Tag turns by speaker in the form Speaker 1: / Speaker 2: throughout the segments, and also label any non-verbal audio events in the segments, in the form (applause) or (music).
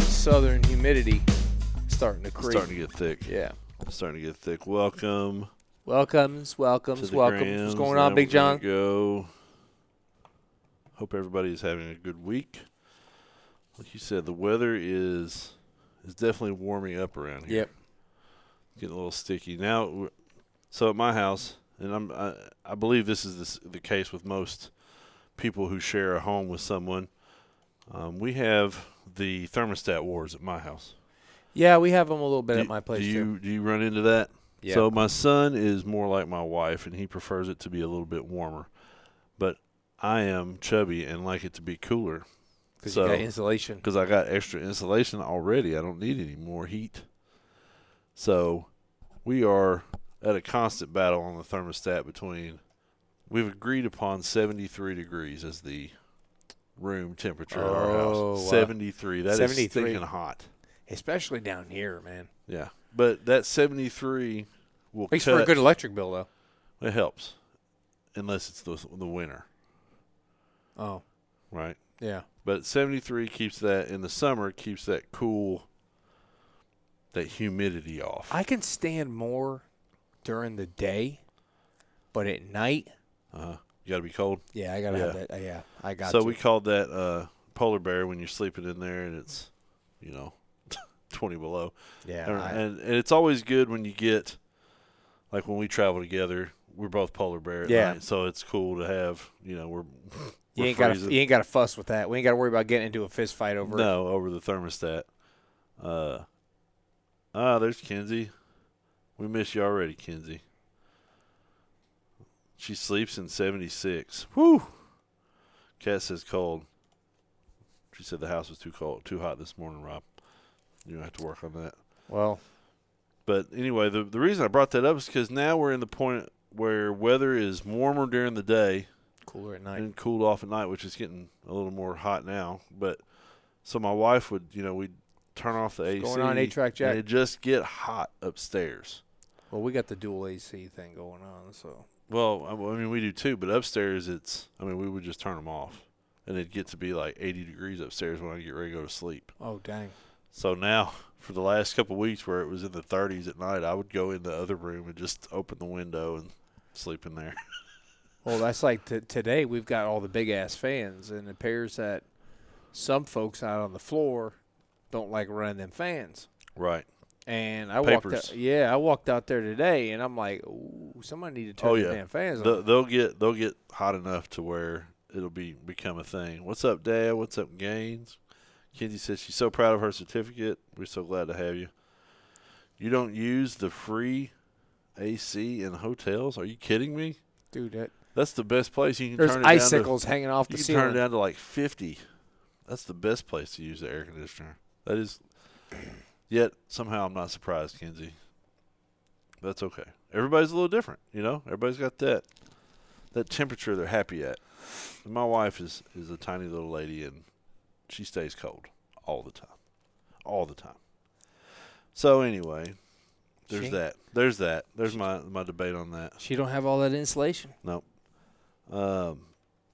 Speaker 1: southern humidity starting to creep.
Speaker 2: starting to get thick.
Speaker 1: yeah.
Speaker 2: Starting to get thick. Welcome
Speaker 1: Welcomes,
Speaker 2: to
Speaker 1: welcomes,
Speaker 2: the
Speaker 1: welcomes.
Speaker 2: Grams.
Speaker 1: What's going
Speaker 2: Now
Speaker 1: on, Big
Speaker 2: we're
Speaker 1: John?
Speaker 2: gonna Go. Hope everybody's having a good week. Like you said, the weather is is definitely warming up around here.
Speaker 1: Yep.
Speaker 2: getting a little sticky now. w- So at my house, and I'm I, I believe this is this, the case with most people who share a home with someone. Um, we have the thermostat wars at my house.
Speaker 1: Yeah, we have them a little bit
Speaker 2: do,
Speaker 1: at my place
Speaker 2: do
Speaker 1: too.
Speaker 2: you do you run into that?
Speaker 1: Yeah.
Speaker 2: So my son is more like my wife, and he prefers it to be a little bit warmer. But I am chubby and like it to be cooler
Speaker 1: Because
Speaker 2: so-
Speaker 1: you got insulation.
Speaker 2: because I got extra insulation already. I don't need any more heat. So we are at a constant battle on the thermostat between. We've agreed upon 73 degrees as the room temperature at our
Speaker 1: Oh, wow.
Speaker 2: house. 73. That is
Speaker 1: 73.
Speaker 2: stinking hot.
Speaker 1: Especially down here, man.
Speaker 2: Yeah, but that 73 will
Speaker 1: Makes
Speaker 2: cut.
Speaker 1: for a good electric bill, though.
Speaker 2: It helps, unless it's the the winter,
Speaker 1: Oh,
Speaker 2: right?
Speaker 1: yeah.
Speaker 2: But 73 keeps that in the summer keeps that cool, that humidity off.
Speaker 1: I can stand more during the day, but at night,
Speaker 2: uh, you got to be cold.
Speaker 1: yeah, I gotta have
Speaker 2: Yeah.
Speaker 1: that. uh, yeah, I got.
Speaker 2: so
Speaker 1: to.
Speaker 2: we called that uh, polar bear when you're sleeping in there and it's, you know, (laughs) 20 below.
Speaker 1: yeah,
Speaker 2: And,
Speaker 1: I-
Speaker 2: and, and it's always good when you get, like when we travel together, we're both polar bear. at
Speaker 1: Yeah.
Speaker 2: night, so it's cool to have. You know, we're. (laughs)
Speaker 1: you
Speaker 2: we're
Speaker 1: ain't got
Speaker 2: freezing.
Speaker 1: to you ain't got to fuss with that. We ain't got to worry about getting into a fist fight over it.
Speaker 2: No, over the thermostat. Uh, ah, there's Kinsey. We miss you already, Kinsey. She sleeps in 76. Whew. Cat says cold. She said the house was too cold, too hot this morning, Rob. You don't have to work on that.
Speaker 1: Well,
Speaker 2: But anyway, the, the reason I brought that up is because now we're in the point where weather is warmer during the day
Speaker 1: cooler at night.
Speaker 2: and cooled off at night, which is getting a little more hot now. But so my wife would, you know, we'd turn off the AC.
Speaker 1: What's going on, A-Track Jack?
Speaker 2: And it just get hot upstairs.
Speaker 1: Well, we got the dual AC thing going on, so
Speaker 2: Well, I I mean, we do too, but upstairs it's, I mean, we would just turn them off. And it'd get to be like 80 degrees upstairs when I get ready to go to sleep.
Speaker 1: oh dang.
Speaker 2: So now, (laughs) for the last couple of weeks where it was in the 30s at night, I would go in the other room and just open the window and sleep in there. (laughs)
Speaker 1: Well, that's like t- today we've got all the big ass fans, and it appears that some folks out on the floor don't like running them fans.
Speaker 2: Right.
Speaker 1: And I walked
Speaker 2: Papers.
Speaker 1: out, yeah, I walked out there today, and I'm like, ooh, somebody need to turn
Speaker 2: Oh,
Speaker 1: the
Speaker 2: yeah.
Speaker 1: damn fans
Speaker 2: They'll,
Speaker 1: on.
Speaker 2: they'll get they'll get hot enough to where it'll be become a thing. What's up, Dad? What's up, Gaines? Kenzie says she's so proud of her certificate. We're so glad to have you. You don't use the free AC in hotels? Are you kidding me?
Speaker 1: Dude, that,
Speaker 2: That's the best place you can
Speaker 1: there's
Speaker 2: turn it
Speaker 1: icicles hanging off
Speaker 2: down to.
Speaker 1: the
Speaker 2: You can turn
Speaker 1: ceiling.
Speaker 2: it down to like fifty. That's the best place to use the air conditioner. That is. (clears throat) Yet somehow I'm not surprised, Kenzie. That's okay. Everybody's a little different, you know. Everybody's got that that temperature they're happy at. And my wife is is a tiny little lady, and she stays cold all the time, all the time. So anyway, there's
Speaker 1: She-
Speaker 2: that. There's that. There's my my debate on that.
Speaker 1: She don't have all that insulation.
Speaker 2: Nope. Um,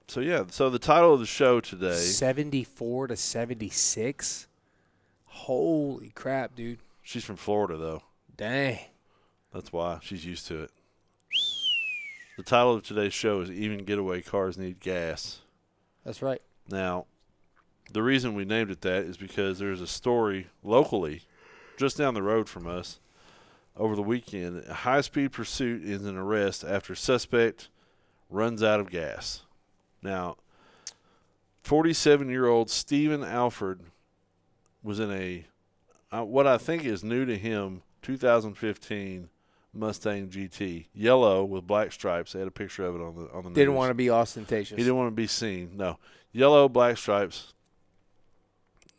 Speaker 2: so yeah, so the title of the show today.
Speaker 1: Seventy-four to seventy-six. Holy crap, dude!
Speaker 2: She's from Florida though.
Speaker 1: Dang.
Speaker 2: That's why she's used to it. The title of today's show is "Even Getaway Cars Need Gas."
Speaker 1: That's right.
Speaker 2: Now, the reason we named it that is because there's a story locally, just down the road from us, over the weekend. A high-speed pursuit is an arrest after suspect runs out of gas. Now, 47-year-old Stephen Alford was in a uh, what I think is new to him 2015 Mustang GT, yellow with black stripes. They had a picture of it on the on the
Speaker 1: Didn't
Speaker 2: news.
Speaker 1: want to be ostentatious.
Speaker 2: He didn't want to be seen. No, yellow, black stripes.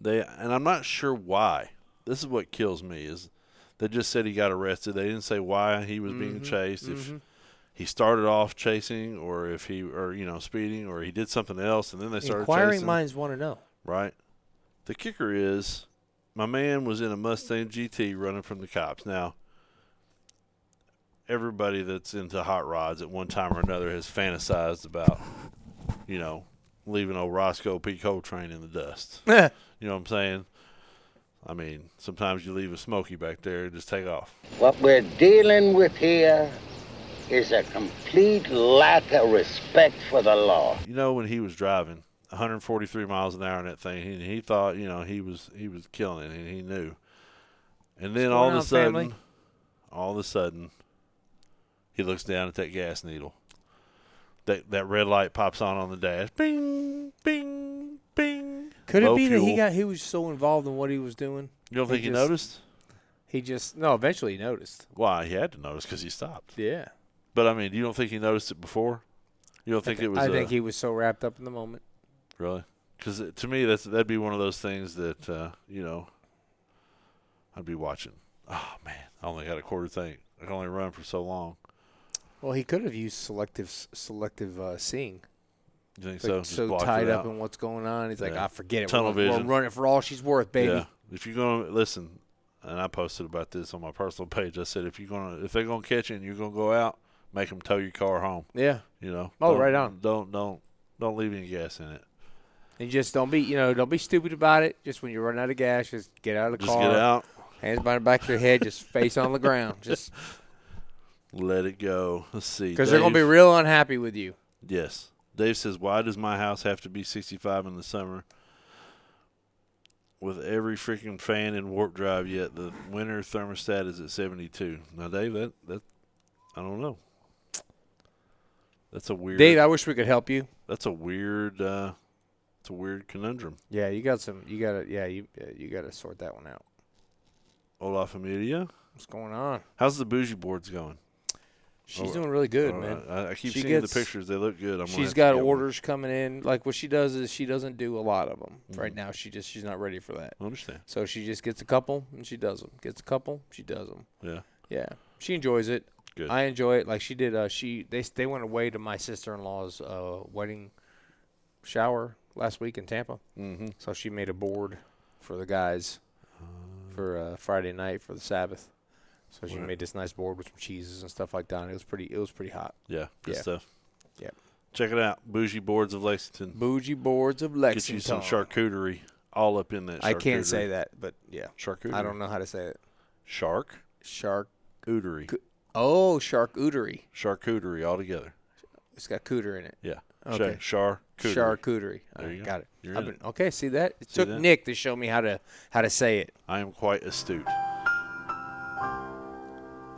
Speaker 2: They and I'm not sure why. This is what kills me is they just said he got arrested. They didn't say why he was being chased. If he started off chasing, or if he, or you know, speeding, or he did something else, and then they started
Speaker 1: Inquiring
Speaker 2: chasing.
Speaker 1: minds want to
Speaker 2: (laughs)
Speaker 1: know.
Speaker 2: Right. The kicker is my man was in a Mustang GT running from the cops. Now, everybody that's into hot rods at one time or another has fantasized about, you know, leaving old Roscoe P. Coltrane in the dust. You know what I'm saying? I mean, sometimes you leave a smoky back there and just take off.
Speaker 3: What we're dealing with here is a complete lack of respect for the law.
Speaker 2: You know, when he was driving 143 miles an hour in that thing, he, he thought, you know, he was he was killing it, and he knew. And then all of
Speaker 1: going
Speaker 2: a
Speaker 1: on,
Speaker 2: sudden,
Speaker 1: family?
Speaker 2: all of a sudden, he looks down at that gas needle. That that red light pops on on the dash. Bing, bing, bing.
Speaker 1: Could
Speaker 2: Low
Speaker 1: it be that he
Speaker 2: fuel.
Speaker 1: got he was so involved in what he was doing?
Speaker 2: You don't
Speaker 1: he
Speaker 2: think he
Speaker 1: just-
Speaker 2: noticed?
Speaker 1: He just no. Eventually, he noticed.
Speaker 2: Why he had to notice because he stopped.
Speaker 1: Yeah,
Speaker 2: But I mean, you don't think he noticed it before? You don't think it was?
Speaker 1: I
Speaker 2: uh,
Speaker 1: think he was so wrapped up in the moment.
Speaker 2: Really? Because to me, that's that'd be one of those things that uh, you know, I'd be watching. Oh man, I only got a quarter tank. I can only run for so long.
Speaker 1: Well, he could have used selective s- selective uh, seeing.
Speaker 2: You think
Speaker 1: Like,
Speaker 2: so? Just
Speaker 1: so
Speaker 2: block it
Speaker 1: tied up
Speaker 2: out.
Speaker 1: in what's going on. He's like,
Speaker 2: Yeah.
Speaker 1: I forget it.
Speaker 2: Tunnel
Speaker 1: we're, we're
Speaker 2: vision.
Speaker 1: running for all she's worth, baby.
Speaker 2: Yeah. If you're gonna listen, and I posted about this on my personal page. I said if you're gonna if they're gonna catch you and you're gonna go out, make them tow your car home.
Speaker 1: yeah.
Speaker 2: You know.
Speaker 1: Oh,
Speaker 2: Don't-
Speaker 1: right on.
Speaker 2: Don't don't don't leave any gas in it.
Speaker 1: And just don't be, you know, don't be stupid about it. Just when you run out of gas, just get out of the
Speaker 2: Just
Speaker 1: car.
Speaker 2: get out,
Speaker 1: Hands behind the back of your head, just face on the
Speaker 2: (laughs)
Speaker 1: ground. Just
Speaker 2: let it go. (laughs) Let's see.
Speaker 1: because they're gonna be
Speaker 2: Dave-
Speaker 1: real unhappy with you.
Speaker 2: Yes. Dave says, Why does my house have to be 65 in the summer with every freaking fan and warp drive, yet the winter thermostat is at 72? Now, Dave, that, that I don't know. That's a weird.
Speaker 1: Dave, I wish we could help you.
Speaker 2: that's a weird. Uh, it's a weird conundrum.
Speaker 1: Yeah, you got some. You gotta. Yeah, you uh, you gotta sort that one out.
Speaker 2: Olaf Amelia,
Speaker 1: What's going on?
Speaker 2: how's the bougie boards going?
Speaker 1: She's
Speaker 2: Oh,
Speaker 1: doing really good,
Speaker 2: All
Speaker 1: man.
Speaker 2: right. I, I keep
Speaker 1: She
Speaker 2: seeing
Speaker 1: gets-
Speaker 2: the pictures; they look good. I'm gonna have
Speaker 1: she's
Speaker 2: to
Speaker 1: got
Speaker 2: get one.
Speaker 1: orders coming in. Like what she does is she doesn't do a lot of them right
Speaker 2: Mm.
Speaker 1: now. She just she's not ready for that.
Speaker 2: I understand.
Speaker 1: So she just gets a couple and she does them. Gets a couple, she does them.
Speaker 2: Yeah.
Speaker 1: Yeah, she enjoys it.
Speaker 2: Good.
Speaker 1: I enjoy it. Like she did. Uh, she they they went away to my sister in law's uh, wedding shower last week in Tampa.
Speaker 2: Mm-hmm.
Speaker 1: So she made a board for the guys for uh, Friday night for the Sabbath. So she
Speaker 2: Right.
Speaker 1: made this nice board with some cheeses and stuff like that. And it was pretty. It was pretty hot.
Speaker 2: Yeah. Good
Speaker 1: Yeah.
Speaker 2: stuff.
Speaker 1: Yep.
Speaker 2: Check it out, Bougie Boards of Lexington.
Speaker 1: Bougie boards of
Speaker 2: get
Speaker 1: Lexington.
Speaker 2: you some charcuterie all up in that. Charcuterie.
Speaker 1: I can't say that, but yeah,
Speaker 2: Charcuterie.
Speaker 1: I don't know how to say it.
Speaker 2: Shark.
Speaker 1: Shark.
Speaker 2: Ootery.
Speaker 1: Coo- Oh, charcuterie.
Speaker 2: Charcuterie all together.
Speaker 1: It's got cooter in it.
Speaker 2: Yeah.
Speaker 1: Okay.
Speaker 2: Char. Charcuterie.
Speaker 1: Charcuterie.
Speaker 2: There you
Speaker 1: I
Speaker 2: go.
Speaker 1: got it.
Speaker 2: You're
Speaker 1: I've
Speaker 2: in
Speaker 1: been- okay, see that? It
Speaker 2: See
Speaker 1: took
Speaker 2: that?
Speaker 1: Nick to show me how to how to say it.
Speaker 2: I am quite astute.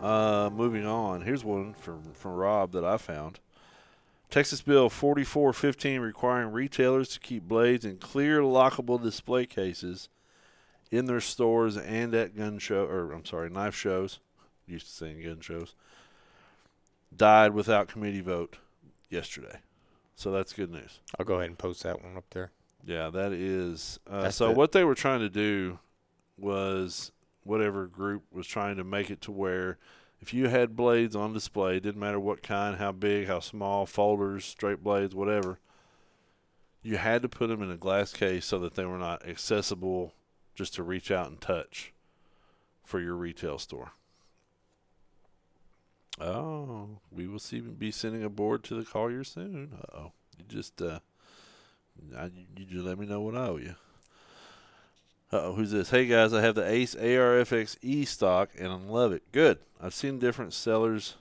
Speaker 2: Uh, moving on. Here's one from from Rob that I found. Texas Bill 4415 requiring retailers to keep blades in clear lockable display cases in their stores and at gun show or I'm sorry, knife shows. (laughs) Used to saying gun shows. Died without committee vote yesterday. So that's good news.
Speaker 1: I'll go ahead and post that one up there.
Speaker 2: Yeah, that is. Uh,
Speaker 1: That's
Speaker 2: so
Speaker 1: the-
Speaker 2: what they were trying to do was whatever group was trying to make it to where if you had blades on display, didn't matter what kind, how big, how small, folders, straight blades, whatever, you had to put them in a glass case so that they were not accessible just to reach out and touch for your retail store. Oh, we will see be sending a board to the Collier soon. Uh oh, you just uh, I, you- you just let me know what I owe you. Uh oh, who's this? Hey guys, I have the Ace ARFX E stock and I love it. Good. I've seen different sellers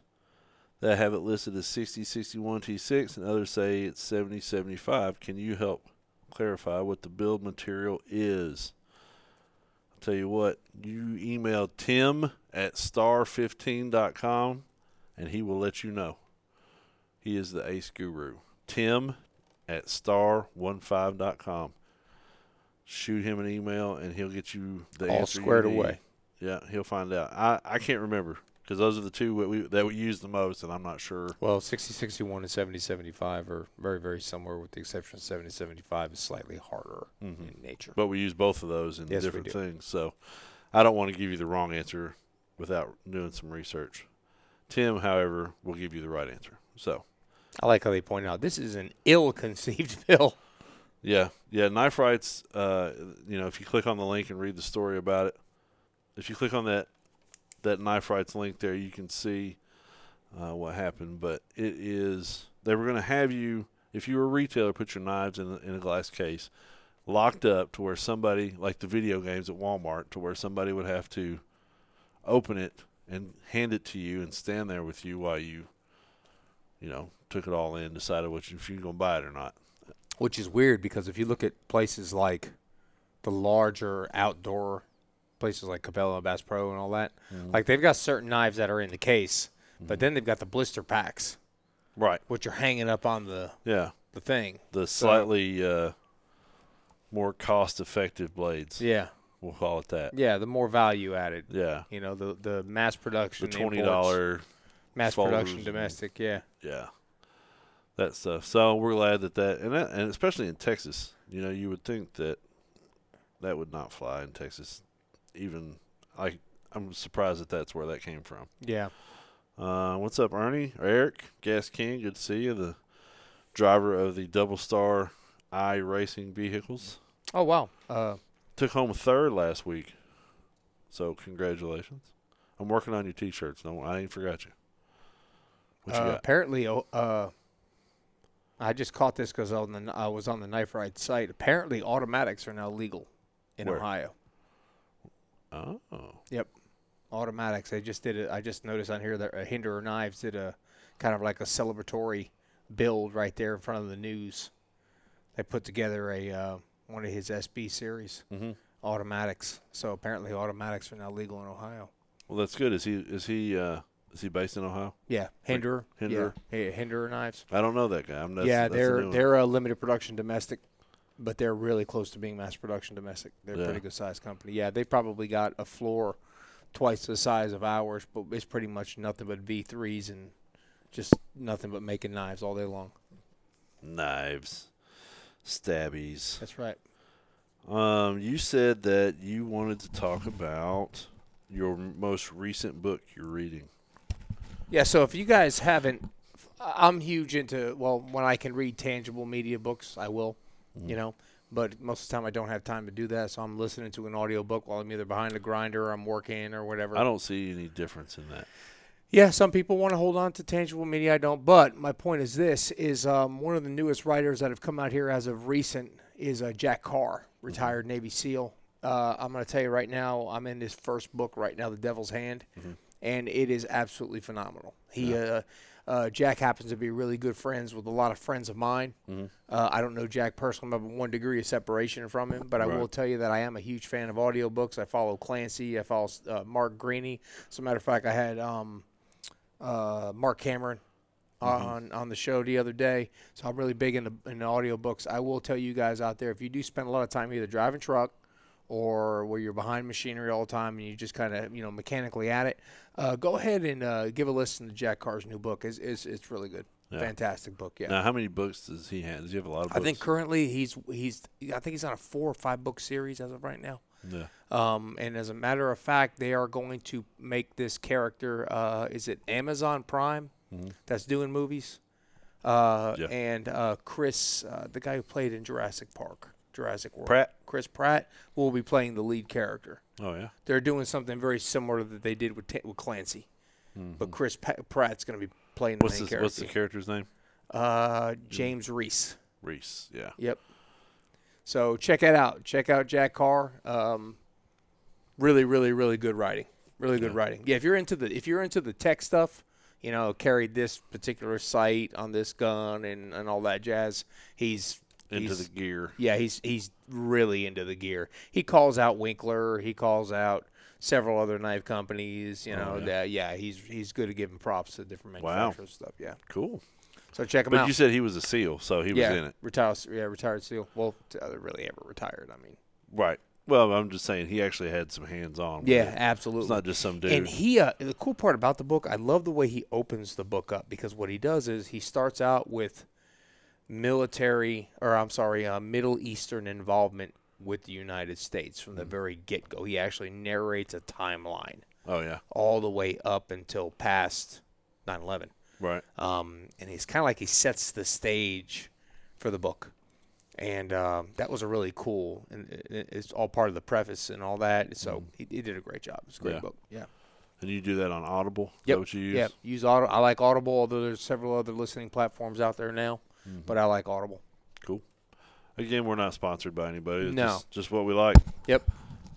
Speaker 2: that have it listed as 60, 61 T6 and others say it's 70, 75. Can you help clarify what the build material is? I'll tell you what, you email Tim at star15.com and he will let you know. He is the Ace Guru. Tim at star15.com. Shoot him an email and he'll get you the
Speaker 1: All
Speaker 2: answer you
Speaker 1: squared
Speaker 2: need.
Speaker 1: away.
Speaker 2: Yeah, he'll find out. I, I can't remember because those are the two that we, that we use the most, and I'm not sure.
Speaker 1: Well, 6061 and 7075 are very, very similar, with the exception of 7075 is slightly harder in nature.
Speaker 2: But we use both of those in
Speaker 1: Yes, we
Speaker 2: different
Speaker 1: do.
Speaker 2: things. So I don't want to give you the wrong answer without doing some research. Tim, however, will give you the right answer. So
Speaker 1: I like how they point out this is an ill (laughs) conceived bill.
Speaker 2: yeah, yeah. Knife rights. Uh, you know, if you click on the link and read the story about it, if you click on that that knife rights link there, you can see uh, what happened. But it is they were going to have you if you were a retailer put your knives in a, in a glass case, locked up to where somebody, like the video games at Walmart, to where somebody would have to open it and hand it to you and stand there with you while you, you know, took it all in, decided what you, if you're gonna buy it or not.
Speaker 1: which is weird because if you look at places like the larger outdoor places like Cabela and Bass Pro and all that, like they've got certain knives that are in the case, but then they've got the blister packs
Speaker 2: Right.
Speaker 1: which are hanging up on the
Speaker 2: Yeah.
Speaker 1: the thing.
Speaker 2: The slightly uh, more cost-effective blades.
Speaker 1: Yeah,
Speaker 2: We'll call it that.
Speaker 1: yeah, the more value added.
Speaker 2: Yeah.
Speaker 1: You know the the mass production,
Speaker 2: The twenty
Speaker 1: imports,
Speaker 2: dollar.
Speaker 1: mass
Speaker 2: folders
Speaker 1: production
Speaker 2: and-
Speaker 1: domestic. Yeah,
Speaker 2: Yeah. That stuff. So we're glad that that and that, and especially in Texas, you know, you would think that that would not fly in Texas. Even like I'm surprised that that's where that came from.
Speaker 1: yeah.
Speaker 2: Uh, what's up, Ernie? Eric, Gas King, good to see you. The driver of the Double Star I Racing vehicles
Speaker 1: Oh wow. Uh,
Speaker 2: took home third last week. So congratulations. I'm working on your T-shirts. No, I ain't forgot you. What you
Speaker 1: uh,
Speaker 2: got?
Speaker 1: apparently, oh, uh, I just caught this because on the I was on the knife ride site. Apparently, automatics are now legal in
Speaker 2: Where?
Speaker 1: Ohio.
Speaker 2: Oh,
Speaker 1: Yep, automatics. They just did it. I just noticed on here that uh, Hinderer Knives did a kind of like a celebratory build right there in front of the news. They put together a uh, one of his SB series automatics. So apparently, automatics are now legal in Ohio.
Speaker 2: well, that's good. Is he is he uh, is he based in Ohio?
Speaker 1: Yeah, Hinderer.
Speaker 2: Hinderer?
Speaker 1: Yeah, yeah, Hinderer Knives.
Speaker 2: I don't know that guy. I'm, that's,
Speaker 1: yeah,
Speaker 2: that's a
Speaker 1: they're
Speaker 2: new one.
Speaker 1: they're a limited production domestic, but they're really close to being mass production domestic. They're
Speaker 2: Yeah.
Speaker 1: a pretty good sized company. Yeah, they probably got a floor twice the size of ours, but it's pretty much nothing but V threes and just nothing but making knives all day long.
Speaker 2: knives, stabbies.
Speaker 1: That's right.
Speaker 2: Um, you said that you wanted to talk about your m- most recent book you're reading.
Speaker 1: Yeah, so if you guys haven't, I- I'm huge into, well, when I can read tangible media books, I will,
Speaker 2: Mm.
Speaker 1: you know, but most of the time I don't have time to do that, so I'm listening to an audiobook while I'm either behind the grinder or I'm working or whatever.
Speaker 2: I don't see any difference in that.
Speaker 1: Yeah, some people want to hold on to tangible media. I don't. But my point is this: is um, one of the newest writers that have come out here as of recent is uh, Jack Carr, retired Navy SEAL. Uh, I'm going to tell you right now, I'm in his first book right now, The Devil's Hand, and it is absolutely phenomenal. He uh, uh, Jack happens to be really good friends with a lot of friends of mine. Uh, I don't know Jack personally, I'm one degree of separation from him, but I
Speaker 2: Right.
Speaker 1: will tell you that I am a huge fan of audiobooks. I follow Clancy, I follow uh, Mark Greeny. As a matter of fact, I had. Um, uh, Mark Cameron on on the show the other day. So I'm really big into in audiobooks. I will tell you guys out there if you do spend a lot of time either driving truck or where you're behind machinery all the time and you just kind of you know mechanically at it, uh, go ahead and uh, give a listen to Jack Carr's new book. It's it's, it's really good. Fantastic book, yeah.
Speaker 2: Now, how many books does he have? Does he have a lot of
Speaker 1: I
Speaker 2: books?
Speaker 1: think currently he's he's I think he's on a four or five book series as of right now.
Speaker 2: Yeah.
Speaker 1: Um, and as a matter of fact, they are going to make this character. Uh, is it Amazon Prime that's doing movies? Uh,
Speaker 2: Mm-hmm. Yeah.
Speaker 1: And uh, Chris, uh, the guy who played in Jurassic Park, Jurassic World,
Speaker 2: Pratt.
Speaker 1: Chris Pratt will be playing the lead character.
Speaker 2: Oh yeah.
Speaker 1: They're doing something very similar that they did with Ta with Clancy, but Chris pa- Pratt's going to be playing the
Speaker 2: Mm-hmm. What's
Speaker 1: main
Speaker 2: this,
Speaker 1: character.
Speaker 2: What's the Mm. character's name?
Speaker 1: uh, James Reese.
Speaker 2: Reese. Yeah.
Speaker 1: Yep. So check it out. Check out Jack Carr. Um, really, really, really good writing. Really good writing. Yeah, if you're into the if you're into the tech stuff, you know, carried this particular site on this gun and, and all that jazz. He's
Speaker 2: Into
Speaker 1: he's,
Speaker 2: the gear.
Speaker 1: yeah, he's he's really into the gear. He calls out Winkler. He calls out several other knife companies. You know, that yeah, he's he's good at giving props to different
Speaker 2: Oh, Wow.
Speaker 1: manufacturers and stuff. Yeah,
Speaker 2: Cool.
Speaker 1: so check him
Speaker 2: But
Speaker 1: out
Speaker 2: you said he was a SEAL, so he
Speaker 1: yeah,
Speaker 2: was in it.
Speaker 1: Retired, yeah, retired SEAL. Well, t- uh, really ever retired. I mean,
Speaker 2: Right. Well, I'm just saying he actually had some hands on. with it.
Speaker 1: absolutely.
Speaker 2: It's not just some dude.
Speaker 1: And he, uh, the cool part about the book, I love the way he opens the book up because what he does is he starts out with military, or I'm sorry, uh, Middle Eastern involvement with the United States from the
Speaker 2: Mm-hmm.
Speaker 1: very get go. He actually narrates a timeline
Speaker 2: oh yeah.
Speaker 1: all the way up until past 9 11.
Speaker 2: Right.
Speaker 1: um, and he's kind of like he sets the stage for the book, and um, that was a really cool, and it- it- it's all part of the preface and all that. So he, he did a great job. It's a great
Speaker 2: Mm-hmm. Yeah.
Speaker 1: book. Yeah.
Speaker 2: And you do that on Audible? Is
Speaker 1: Yep.
Speaker 2: that what you use?
Speaker 1: Yep. Use Audible. I like
Speaker 2: Mm-hmm.
Speaker 1: Audible, although there's several other listening platforms out there now, but I like Audible.
Speaker 2: Cool. Again, we're not sponsored by anybody. It's
Speaker 1: No.
Speaker 2: just, just what we like.
Speaker 1: Yep.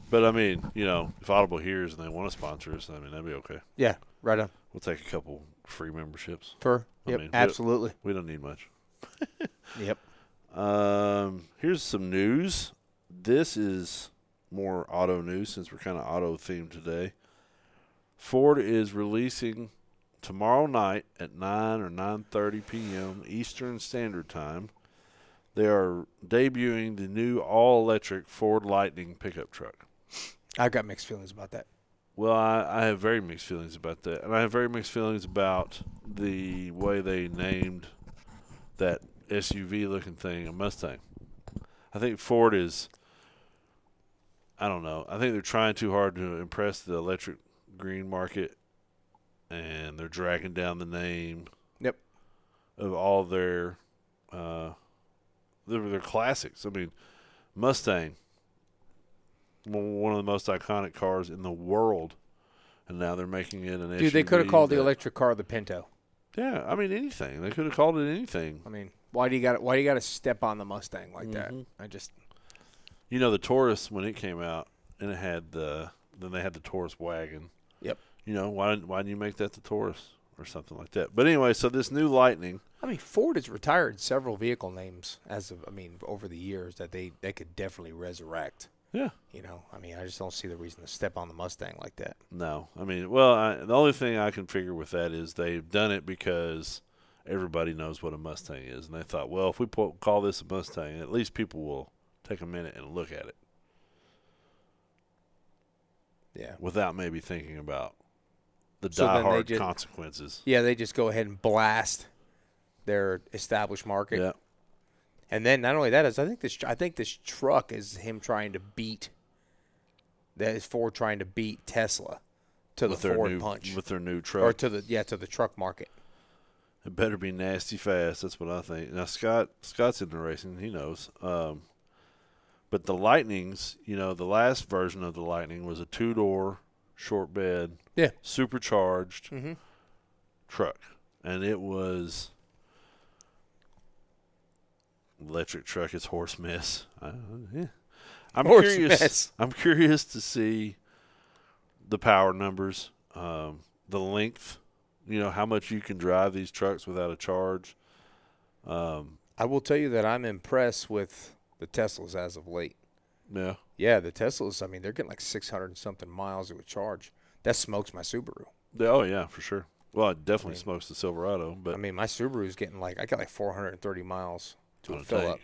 Speaker 2: But I mean, you know, if Audible hears and they want to sponsor us, I mean, that'd be okay.
Speaker 1: Yeah. Right on.
Speaker 2: We'll take a couple free memberships.
Speaker 1: Fur.
Speaker 2: I
Speaker 1: Yep.
Speaker 2: mean, we-
Speaker 1: absolutely.
Speaker 2: We don't need much.
Speaker 1: Yep.
Speaker 2: Um, here's some news. This is more auto news since we're kind of auto themed today. Ford is releasing tomorrow night at 9 or 9:30 p.m. Eastern Standard Time. They are debuting the new all-electric Ford Lightning pickup truck.
Speaker 1: I've got mixed feelings about that.
Speaker 2: Well, I, I have very mixed feelings about that, and I have very mixed feelings about the way they named that SUV-looking thing a Mustang. I think Ford is, I don't know. I think they're trying too hard to impress the electric green market, and they're dragging down the name
Speaker 1: Yep.
Speaker 2: of all their uh, their, their classics. I mean, Mustang, m- one of the most iconic cars in the world, and now they're making it an
Speaker 1: Dude, they could have
Speaker 2: SUV
Speaker 1: called the
Speaker 2: that-
Speaker 1: electric car the Pinto.
Speaker 2: Yeah, I mean anything. They could have called it anything.
Speaker 1: I mean, why do you got why do you got to step on the Mustang like
Speaker 2: Mhm.
Speaker 1: that? I just
Speaker 2: You know, the Taurus when it came out, and it had the then they had the Taurus wagon.
Speaker 1: Yep.
Speaker 2: You know why didn't why didn't you make that the Taurus or something like that? But anyway, so this new Lightning.
Speaker 1: I mean, Ford has retired several vehicle names as of I mean, over the years that they they could definitely resurrect.
Speaker 2: Yeah.
Speaker 1: You know, I mean, I just don't see the reason to step on the Mustang like that.
Speaker 2: No, I mean, well, I, the only thing I can figure with that is they've done it because everybody knows what a Mustang is, and they thought, well, if we po- call this a Mustang, at least people will take a minute and look at it
Speaker 1: Yeah.
Speaker 2: without maybe thinking about the
Speaker 1: So then they
Speaker 2: diehard
Speaker 1: just-
Speaker 2: consequences.
Speaker 1: Yeah, they just go ahead and blast their established market.
Speaker 2: Yeah,
Speaker 1: And then not only that is I think this I think this truck is him trying to beat that is Ford trying to beat Tesla to
Speaker 2: with
Speaker 1: the
Speaker 2: their
Speaker 1: Ford
Speaker 2: new
Speaker 1: punch
Speaker 2: with their new truck,
Speaker 1: or to the yeah to the truck market.
Speaker 2: It better be nasty fast. That's what I think. Now Scott Scott's into racing. He knows. Um, but the Lightnings, you know, the last version of the Lightning was a two door short bed,
Speaker 1: Yeah.
Speaker 2: supercharged
Speaker 1: Mhm.
Speaker 2: truck, and it was electric truck. It's horse mess. I, uh, yeah. I'm
Speaker 1: Horse
Speaker 2: curious.
Speaker 1: mess.
Speaker 2: I'm curious to see the power numbers, um, the length. You know how much you can drive these trucks without a charge. Um,
Speaker 1: I will tell you that I'm impressed with the Teslas as of late.
Speaker 2: yeah,
Speaker 1: Yeah, the Teslas, I mean, they're getting like 600 and something miles it would charge. That smokes my Subaru.
Speaker 2: Yeah, oh yeah, for sure. Well, it definitely
Speaker 1: I mean-
Speaker 2: smokes the Silverado, but
Speaker 1: I mean, my Subaru's getting like, I got like 430 miles to
Speaker 2: on
Speaker 1: a
Speaker 2: a
Speaker 1: fill
Speaker 2: tank.
Speaker 1: up.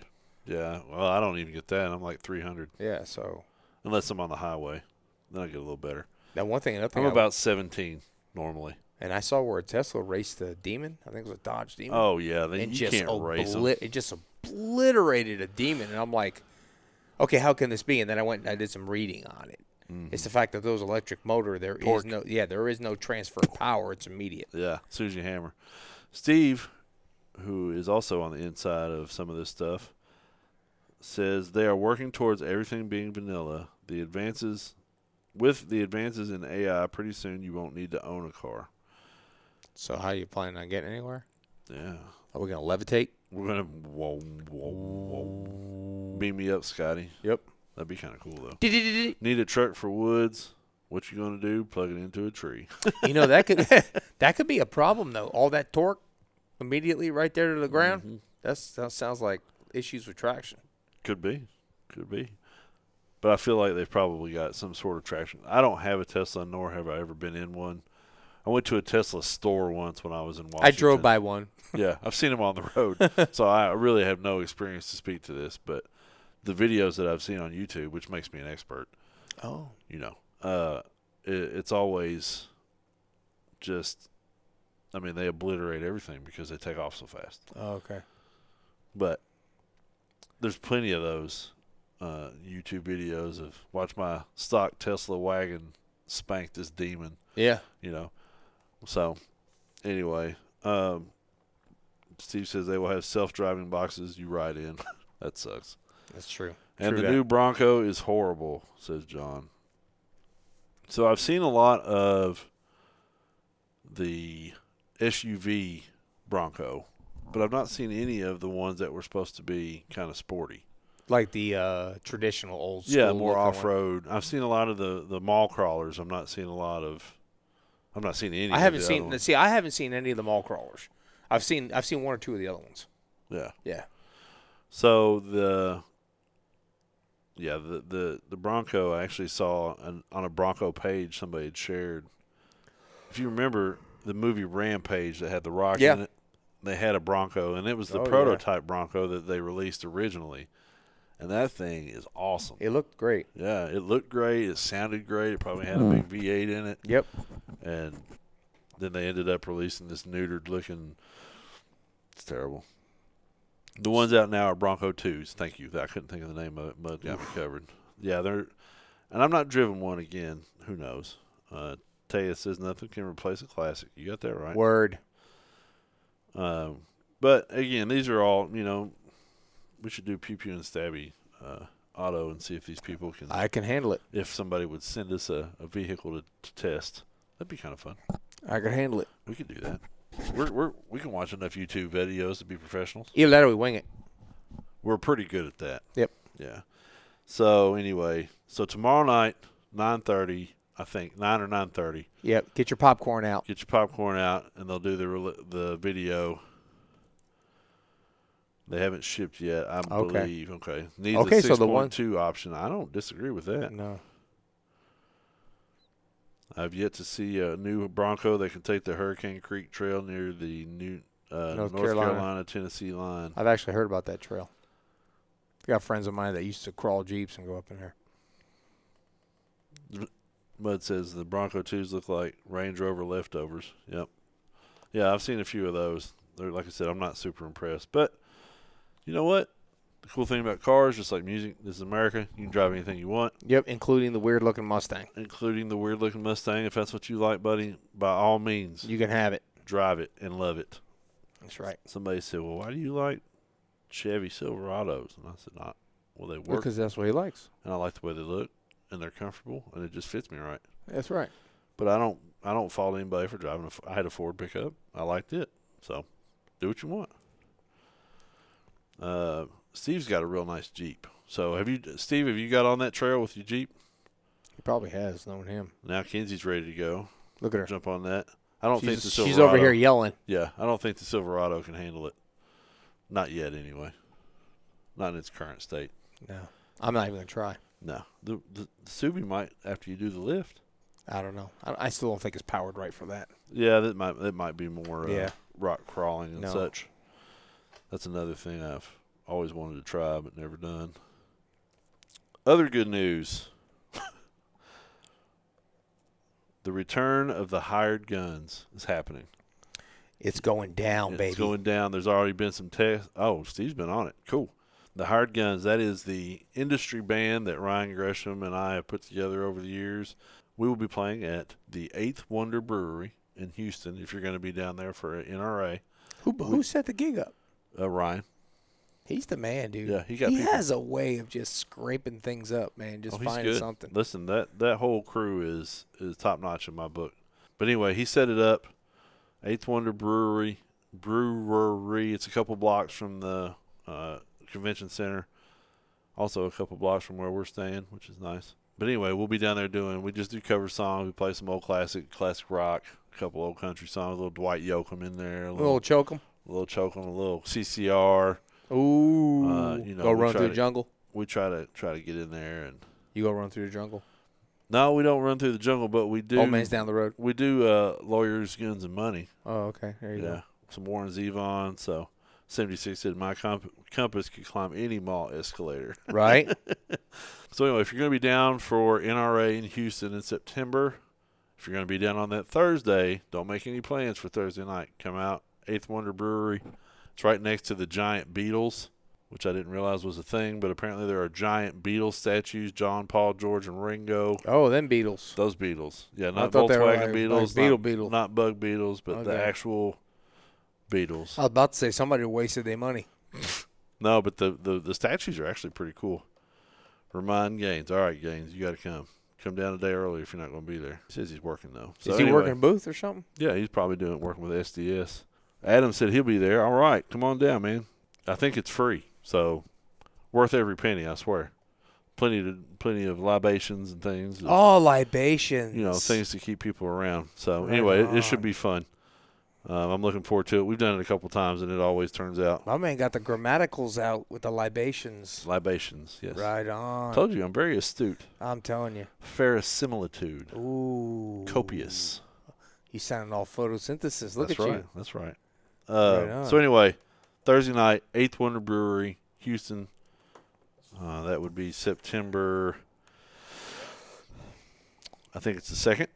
Speaker 2: Yeah, well, I don't even get that. I'm like 300,
Speaker 1: Yeah, so
Speaker 2: unless I'm on the highway. Then I get a little better.
Speaker 1: that one thing, another thing.
Speaker 2: I'm
Speaker 1: I-
Speaker 2: about 17 normally.
Speaker 1: and I saw where a Tesla raced the Demon. I think it was a Dodge Demon.
Speaker 2: Oh yeah, then
Speaker 1: and
Speaker 2: you
Speaker 1: just
Speaker 2: can't race 'em.
Speaker 1: obli- it just obliterated a Demon. And I'm like, okay, how can this be? And then I went and I did some reading on it. It's the fact that those electric motor, there is
Speaker 2: Mm-hmm.
Speaker 1: no,
Speaker 2: Torque.
Speaker 1: yeah, there is no transfer of power. It's immediate.
Speaker 2: Yeah, Susie Hammer. Steve, who is also on the inside of some of this stuff, says they are working towards everything being vanilla. The advances with the advances in AI, pretty soon you won't need to own a car.
Speaker 1: So how you planning on getting anywhere?
Speaker 2: Yeah.
Speaker 1: Are we gonna levitate?
Speaker 2: We're gonna whoa, whoa, whoa. beam me up, Scotty.
Speaker 1: Yep.
Speaker 2: That'd be kinda cool though. Need a truck for woods. What you gonna do? Plug it into a tree. (laughs)
Speaker 1: You know that could (laughs) that could be a problem though. All that torque immediately right there to the ground. That's, that sounds like issues with traction.
Speaker 2: Could be. Could be. But I feel like they've probably got some sort of traction. I don't have a Tesla, nor have I ever been in one. I went to a Tesla store once when I was in Washington.
Speaker 1: I drove by one.
Speaker 2: Yeah, I've seen them
Speaker 1: (laughs)
Speaker 2: on the road. so I really have no experience to speak to this. But the videos that I've seen on YouTube, which makes me an expert,
Speaker 1: Oh,
Speaker 2: you know, uh, it, it's always just, I mean, they obliterate everything because they take off so fast
Speaker 1: oh, okay.
Speaker 2: but there's plenty of those uh, YouTube videos of watch my stock Tesla wagon spank this demon,
Speaker 1: Yeah.
Speaker 2: you know. So, anyway, um, Steve says they will have self-driving boxes you ride in. (laughs) that sucks.
Speaker 1: That's true.
Speaker 2: And
Speaker 1: True
Speaker 2: the
Speaker 1: that.
Speaker 2: new Bronco is horrible, says John. So I've seen a lot of the SUV Bronco, but I've not seen any of the ones that were supposed to be kind of sporty.
Speaker 1: like the uh, traditional old school.
Speaker 2: yeah, more
Speaker 1: looking one.
Speaker 2: off road. I've seen a lot of the the mall crawlers. I'm not seeing a lot of. I'm not seeing any.
Speaker 1: I
Speaker 2: of
Speaker 1: haven't
Speaker 2: the other
Speaker 1: seen.
Speaker 2: ones.
Speaker 1: See, I haven't seen any of the mall crawlers. I've seen. I've seen one or two of the other ones.
Speaker 2: Yeah.
Speaker 1: Yeah.
Speaker 2: So the. Yeah, the, the, the Bronco, I actually saw an, on a Bronco page somebody had shared. If you remember the movie Rampage that had The Rock
Speaker 1: Yeah.
Speaker 2: in it, they had a Bronco, and it was the
Speaker 1: Oh, yeah.
Speaker 2: prototype Bronco that they released originally. And that thing is awesome.
Speaker 1: It looked great.
Speaker 2: Yeah, it looked great. It sounded great. It probably
Speaker 1: Hmm.
Speaker 2: had a big V8 in it.
Speaker 1: Yep.
Speaker 2: and then they ended up releasing this neutered looking. It's terrible. The ones out now are Bronco twos. Thank you. I couldn't think of the name of it, but got me covered. Yeah, they're, and I'm not driven one again. Who knows? Uh, Taya says nothing can replace a classic. You got that right.
Speaker 1: Word.
Speaker 2: Um, but again, these are all you know. We should do pew pew and stabby uh, auto and see if these people can.
Speaker 1: I can handle it.
Speaker 2: if somebody would send us a, a vehicle to, to test, that'd be kind of fun.
Speaker 1: I can handle it.
Speaker 2: We could do that. We're, we're we can watch enough YouTube videos to be professionals.
Speaker 1: Either that or we wing it.
Speaker 2: We're pretty good at that.
Speaker 1: Yep.
Speaker 2: Yeah. So anyway, so tomorrow night, nine thirty, I think nine or nine thirty.
Speaker 1: Yep. Get your popcorn out.
Speaker 2: Get your popcorn out, and they'll do the rel- the video. They haven't shipped yet, I
Speaker 1: Okay.
Speaker 2: believe. Okay. Needs
Speaker 1: Okay,
Speaker 2: a
Speaker 1: so
Speaker 2: six
Speaker 1: the one-
Speaker 2: point two option. I don't disagree with that.
Speaker 1: No.
Speaker 2: I've yet to see a new Bronco that can take the Hurricane Creek Trail near the new uh,
Speaker 1: North
Speaker 2: North,
Speaker 1: Carolina.
Speaker 2: Carolina Tennessee line.
Speaker 1: I've actually heard about that trail. I got friends of mine that used to crawl jeeps and go up in there.
Speaker 2: Mud says the Bronco twos look like Range Rover leftovers. Yep. Yeah, I've seen a few of those. They're like I said, I'm not super impressed. But you know what? The cool thing about cars, just like music, this is America. You can drive anything you want,
Speaker 1: Yep, including the weird looking Mustang.
Speaker 2: including the weird looking Mustang. If that's what you like, buddy, by all means,
Speaker 1: You can have it.
Speaker 2: drive it and love it.
Speaker 1: That's right.
Speaker 2: Somebody said, Well, why do you like Chevy Silverados? And I said, Not well they work
Speaker 1: Because that's what he likes.
Speaker 2: and I like the way they look and they're comfortable and it just fits me right.
Speaker 1: That's right.
Speaker 2: But I don't I don't fault anybody for driving. A, F- I had a Ford pickup. I liked it. So do what you want. Uh, Steve's got a real nice Jeep. So have you, Steve? Have you got on that trail with your Jeep?
Speaker 1: He probably has known him.
Speaker 2: Now Kenzie's ready to go.
Speaker 1: Look at her.
Speaker 2: Jump on that. I don't think the
Speaker 1: She's,
Speaker 2: Silverado.
Speaker 1: she's over here yelling.
Speaker 2: Yeah, I don't think the Silverado can handle it. Not yet, anyway. Not in its current state.
Speaker 1: No, I'm not even gonna try.
Speaker 2: No, the the, the Subi might after you do the lift.
Speaker 1: I don't know. I, I still don't think it's powered right for that.
Speaker 2: Yeah, that might that might be more uh,
Speaker 1: Yeah.
Speaker 2: rock crawling and
Speaker 1: No.
Speaker 2: such. That's another thing I've always wanted to try but never done. Other good news. (laughs) the return of the hired guns is happening.
Speaker 1: It's going down, Oh, baby.
Speaker 2: It's going down. There's already been some tests. Oh, Steve's been on it. Cool. The Hired Guns, that is the industry band that Ryan Gresham and I have put together over the years. We will be playing at the Eighth Wonder Brewery in Houston if you're going to be down there for NRA.
Speaker 1: who who set the gig up?
Speaker 2: Uh, Ryan.
Speaker 1: He's the man, dude.
Speaker 2: Yeah, he got people.
Speaker 1: has a way of just scraping things up, man. Just
Speaker 2: Oh, he's
Speaker 1: finding
Speaker 2: good.
Speaker 1: something.
Speaker 2: Listen, that, that whole crew is, is top notch in my book. But anyway, he set it up. Eighth Wonder Brewery. Brewery. It's a couple blocks from the uh, convention center. Also a couple blocks from where we're staying, which is nice. But anyway, we'll be down there doing. We just do cover songs. We play some old classic, classic rock, a couple old country songs. A little Dwight Yoakam in there. A
Speaker 1: A little
Speaker 2: little,
Speaker 1: choke him.
Speaker 2: a little Choke 'em, a little CCR.
Speaker 1: Ooh,
Speaker 2: Uh, you know,
Speaker 1: go
Speaker 2: we
Speaker 1: run
Speaker 2: try
Speaker 1: through the
Speaker 2: to-
Speaker 1: jungle.
Speaker 2: We try to try to get in there and.
Speaker 1: You go run through the jungle.
Speaker 2: No, we don't run through the jungle, but we do.
Speaker 1: Old man's down the road.
Speaker 2: We do uh, lawyers, guns, and money.
Speaker 1: Oh, okay. There you
Speaker 2: Yeah, some Warren Zevon. So, seventy six said my comp- compass could climb any mall escalator. (laughs)
Speaker 1: go. (laughs) Right.
Speaker 2: So anyway, if you're going to be down for NRA in Houston in September, if you're going to be down on that Thursday, don't make any plans for Thursday night. Come out Eighth Wonder Brewery. It's right next to the giant beetles, which I didn't realize was a thing, but apparently there are giant beetle statues: John, Paul, George, and Ringo.
Speaker 1: oh, them Beatles.
Speaker 2: Those beetles, yeah, not
Speaker 1: thought they were
Speaker 2: Volkswagen
Speaker 1: like- like
Speaker 2: beetles,
Speaker 1: beetle
Speaker 2: not,
Speaker 1: beetle.
Speaker 2: not bug beetles, but the
Speaker 1: Okay. Uh,
Speaker 2: actual beetles.
Speaker 1: I was about to say somebody wasted their money.
Speaker 2: No, but the, the the statues are actually pretty cool. Remind Gaines, all right, Gaines, you got to come. Come down a day early if you're not going to be there. He says he's working though. So
Speaker 1: Is he
Speaker 2: anyway,
Speaker 1: working a booth or something?
Speaker 2: Yeah, he's probably doing working with SDS. Adam said he'll be there. All right, come on down, man. I think it's free, so Worth every penny, I swear. Plenty to plenty of libations and things. and,
Speaker 1: Oh, libations.
Speaker 2: You know, things to keep people around. So anyway, it, it should be fun. Um, I'm looking forward to it. We've done it a couple times, and it always turns out
Speaker 1: My man got the grammaticals out with the libations.
Speaker 2: libations. Yes,
Speaker 1: Right on.
Speaker 2: told you I'm very astute.
Speaker 1: I'm telling you.
Speaker 2: Verisimilitude,
Speaker 1: Ooh.
Speaker 2: copious.
Speaker 1: He's sounding all photosynthesis. Look
Speaker 2: That's
Speaker 1: at
Speaker 2: right.
Speaker 1: you.
Speaker 2: That's right. Uh,
Speaker 1: Right on.
Speaker 2: so anyway, Thursday night, Eighth Wonder Brewery, Houston. Uh, that would be September. I think it's the second.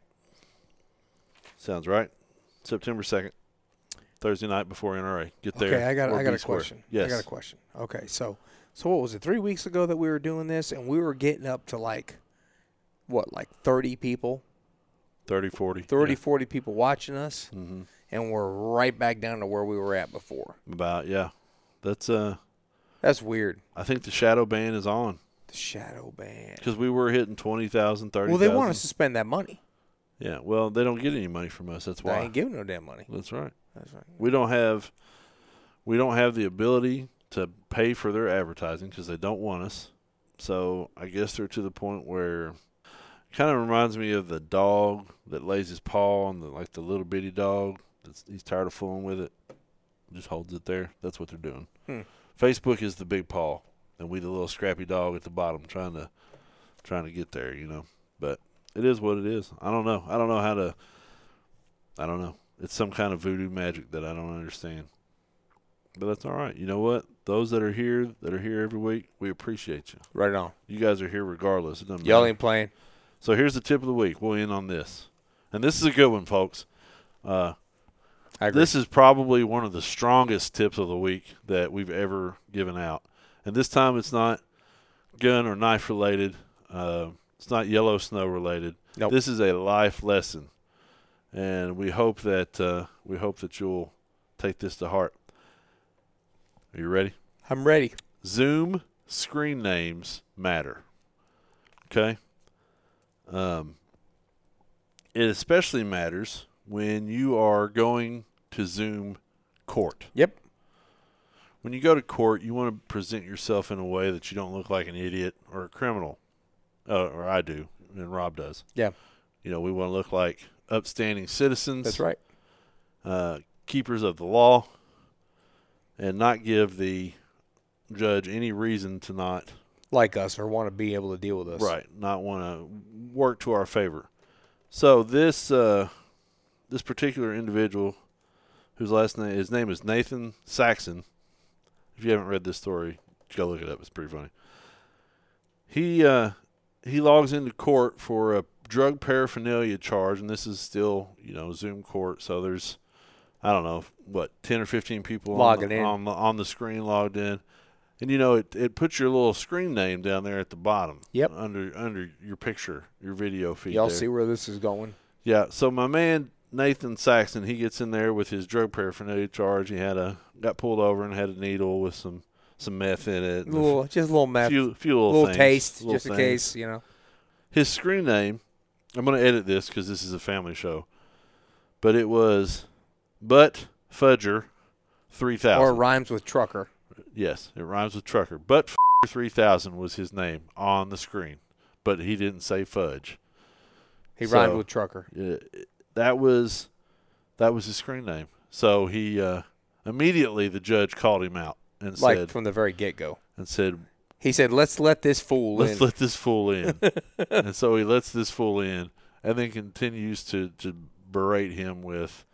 Speaker 2: Sounds right. September second, Thursday night before NRA. Get there.
Speaker 1: Okay, I got
Speaker 2: or
Speaker 1: I got
Speaker 2: be
Speaker 1: a
Speaker 2: square.
Speaker 1: question.
Speaker 2: Yes.
Speaker 1: I got a question. Okay, so so what was it? 3 weeks ago that we were doing this and we were getting up to like what, like 30 people,
Speaker 2: 30, 40.
Speaker 1: 30
Speaker 2: yeah,
Speaker 1: 40 people watching us. And we're right back down to where we were at before.
Speaker 2: about yeah. That's uh.
Speaker 1: That's weird.
Speaker 2: I think the shadow ban is on
Speaker 1: The shadow ban.
Speaker 2: because we were hitting 20,000, 30,000.
Speaker 1: Well, they want us to spend that money.
Speaker 2: Yeah. Well, they don't get any money from us. That's
Speaker 1: They
Speaker 2: why.
Speaker 1: ain't giving no damn money.
Speaker 2: That's right.
Speaker 1: That's right.
Speaker 2: We don't have we don't have the ability to pay for their advertising because they don't want us. So I guess they're to the point where kind of reminds me of the dog that lays his paw on the like the little bitty dog that's he's tired of fooling with it. Just holds it there. That's what they're doing.
Speaker 1: Hmm.
Speaker 2: Facebook is the big paw, and we the little scrappy dog at the bottom trying to trying to get there, you know. But it is what it is. I don't know. I don't know how to I don't know. It's some kind of voodoo magic that I don't understand. But that's all right. You know what? Those that are here, that are here every week, we appreciate you.
Speaker 1: Right on.
Speaker 2: You guys are here regardless. It doesn't
Speaker 1: Y'all
Speaker 2: matter.
Speaker 1: ain't playing.
Speaker 2: So here's the tip of the week. We'll end on this. And this is a good one, folks. Uh,
Speaker 1: I agree.
Speaker 2: this is probably one of the strongest tips of the week that we've ever given out. And this time it's not gun or knife related. Uh, it's not yellow snow related.
Speaker 1: Nope.
Speaker 2: This is a life lesson, and we hope that uh, we hope that you'll take this to heart. Are you ready?
Speaker 1: I'm ready.
Speaker 2: Zoom screen names matter. Okay. Um, it especially matters when you are going to Zoom court.
Speaker 1: Yep.
Speaker 2: When you go to court, you want to present yourself in a way that you don't look like an idiot or a criminal, uh, or I do, and Rob does.
Speaker 1: Yeah.
Speaker 2: You know, we want to look like upstanding citizens.
Speaker 1: That's right.
Speaker 2: Uh, keepers of the law, and not give the judge any reason to not
Speaker 1: Like us or want to be able to deal with us.
Speaker 2: Right. Not want to work to our favor. So this uh, this particular individual, whose last name his name is Nathan Saxon. If you haven't read this story, go look it up. It's pretty funny. He uh, he logs into court for a drug paraphernalia charge, and this is still you know Zoom court, so there's I don't know what ten or fifteen people
Speaker 1: Logging
Speaker 2: on the,
Speaker 1: in.
Speaker 2: on the on the screen logged in. And you know, it, it puts your little screen name down there at the bottom.
Speaker 1: Yep.
Speaker 2: Under under your picture, your video feed.
Speaker 1: Y'all
Speaker 2: there.
Speaker 1: see where this is going?
Speaker 2: Yeah. So my man Nathan Saxon, he gets in there with his drug paraphernalia charge. He had a got pulled over and had a needle with some some meth in it. and a
Speaker 1: little, just a little
Speaker 2: f-
Speaker 1: meth,
Speaker 2: few, few little,
Speaker 1: little
Speaker 2: things,
Speaker 1: taste,
Speaker 2: little
Speaker 1: just in
Speaker 2: things.
Speaker 1: case, you know.
Speaker 2: His screen name. I'm going to edit this because this is a family show, but it was, but Fudger, three thousand.
Speaker 1: Or rhymes with trucker.
Speaker 2: Yes, it rhymes with trucker. But (laughs) f- 3000 was his name on the screen, but he didn't say fudge.
Speaker 1: He
Speaker 2: So-
Speaker 1: rhymed with trucker.
Speaker 2: Uh, That was that was his screen name. So he uh, immediately the judge called him out and
Speaker 1: Like
Speaker 2: said
Speaker 1: from the very get go.
Speaker 2: and said
Speaker 1: He said, let's let this fool in.
Speaker 2: let's let this fool in. and so he lets this fool in and then continues to to berate him with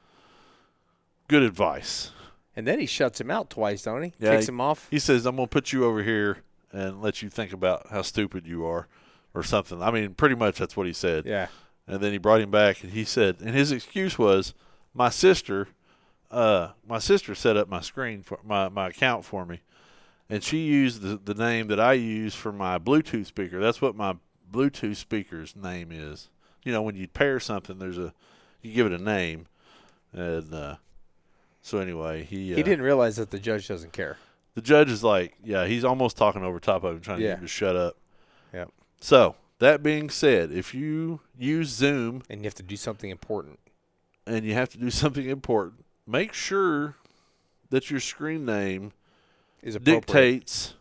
Speaker 2: good advice.
Speaker 1: and then he shuts him out twice, don't he?
Speaker 2: Yeah,
Speaker 1: Takes
Speaker 2: he-
Speaker 1: him off.
Speaker 2: He says, "I'm gonna put you over here and let you think about how stupid you are, or something." I mean, pretty much that's what he said.
Speaker 1: Yeah.
Speaker 2: And then he brought him back, and he said, and his excuse was, "My sister, uh, my sister set up my screen for my my account for me, and she used the the name that I use for my Bluetooth speaker. That's what my Bluetooth speaker's name is. You know, when you pair something, there's a you give it a name, and uh, so anyway, he uh,
Speaker 1: He didn't realize that the judge doesn't care.
Speaker 2: the judge is like, yeah, he's almost talking over top of him, trying to
Speaker 1: Yeah.
Speaker 2: get him to shut up.
Speaker 1: Yep.
Speaker 2: So that being said, if you use Zoom
Speaker 1: And you have to do something important.
Speaker 2: and you have to do (laughs) something important, make sure that your screen name
Speaker 1: Is appropriate.
Speaker 2: dictates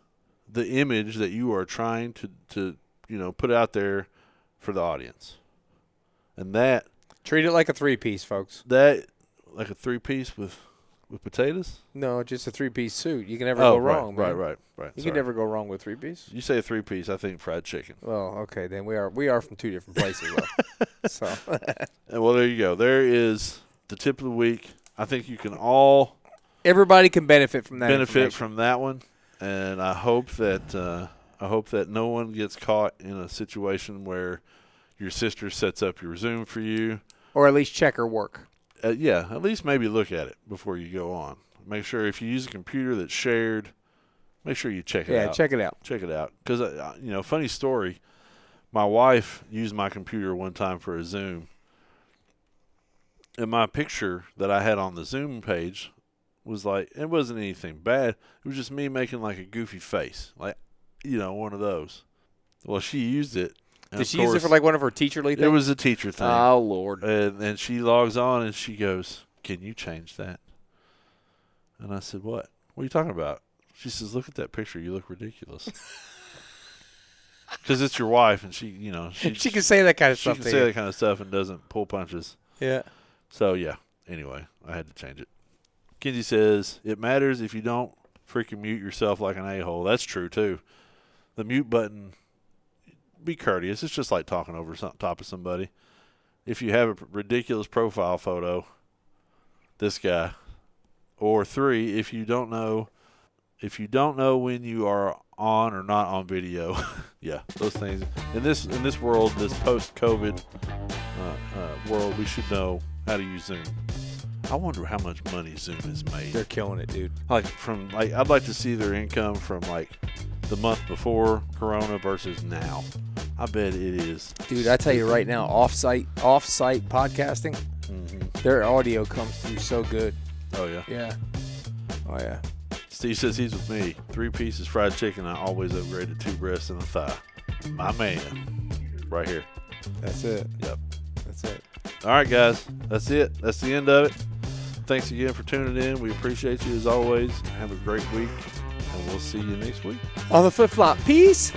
Speaker 2: the image that you are trying to to you know put out there for the audience, and that
Speaker 1: Treat it like a three piece, folks.
Speaker 2: that like a three piece with with potatoes.
Speaker 1: No, just a three piece suit. You can never go
Speaker 2: Oh, right,
Speaker 1: wrong.
Speaker 2: right,
Speaker 1: man.
Speaker 2: right, right.
Speaker 1: You
Speaker 2: sorry.
Speaker 1: can never go wrong with three piece.
Speaker 2: You say a three piece, I think fried chicken.
Speaker 1: Well, okay, then we are we are from two different places.
Speaker 2: (laughs)
Speaker 1: though. so (laughs)
Speaker 2: And well, there you go. There is the tip of the week. I think you can all
Speaker 1: everybody can benefit from that.
Speaker 2: benefit
Speaker 1: information.
Speaker 2: from that one, and I hope that uh, I hope that no one gets caught in a situation where your sister sets up your Zoom for you.
Speaker 1: or at least check her work.
Speaker 2: Uh, yeah, at least maybe look at it before you go on. Make sure if you use a computer that's shared, make sure you check it
Speaker 1: Yeah,
Speaker 2: out.
Speaker 1: check it out.
Speaker 2: check it out because you know funny story my wife used my computer one time for a zoom and my picture that i had on the zoom page was like it wasn't anything bad it was just me making like a goofy face like you know one of those well she used it and
Speaker 1: Did
Speaker 2: of
Speaker 1: she use it for
Speaker 2: course,
Speaker 1: like one of her teacherly
Speaker 2: it
Speaker 1: things?
Speaker 2: was a teacher thing
Speaker 1: Oh Lord.
Speaker 2: and, and she logs on and she goes, Can you change that? And I said, What? What are you talking about? She says, Look at that picture. You look ridiculous. (laughs) Because it's your wife and she, you know,
Speaker 1: (laughs) (laughs)
Speaker 2: she,
Speaker 1: She can say that kind of
Speaker 2: she
Speaker 1: stuff.
Speaker 2: can
Speaker 1: to
Speaker 2: say
Speaker 1: you.
Speaker 2: that kind of stuff and doesn't pull punches.
Speaker 1: Yeah.
Speaker 2: So, yeah. Anyway, I had to change it. Kinsey says, It matters if you don't freaking mute yourself like an a hole. That's true, too. The mute button, be courteous. It's just like talking over some, top of somebody. If you have a p- ridiculous profile photo, this guy, or three, if you don't know, if you don't know when you are on or not on video, (laughs) yeah, those things. In this in this world, this post-COVID uh, uh, world, we should know how to use Zoom. I wonder how much money Zoom has made
Speaker 1: They're killing it, dude.
Speaker 2: like from like I'd like to see their income from like the month before Corona versus now. I bet it is.
Speaker 1: Dude, I tell you right now, offsite offsite podcasting, their audio comes through so good.
Speaker 2: Oh yeah.
Speaker 1: Mm-hmm. Yeah. Oh yeah.
Speaker 2: Steve says he's with me. Three pieces fried chicken. I always upgrade to two breasts and a thigh. My man, right here.
Speaker 1: That's it.
Speaker 2: Yep.
Speaker 1: That's it.
Speaker 2: All right, guys. That's it. That's the end of it. Thanks again for tuning in. We appreciate you as always. Have a great week, and we'll see you next week.
Speaker 1: On the flip flop, peace.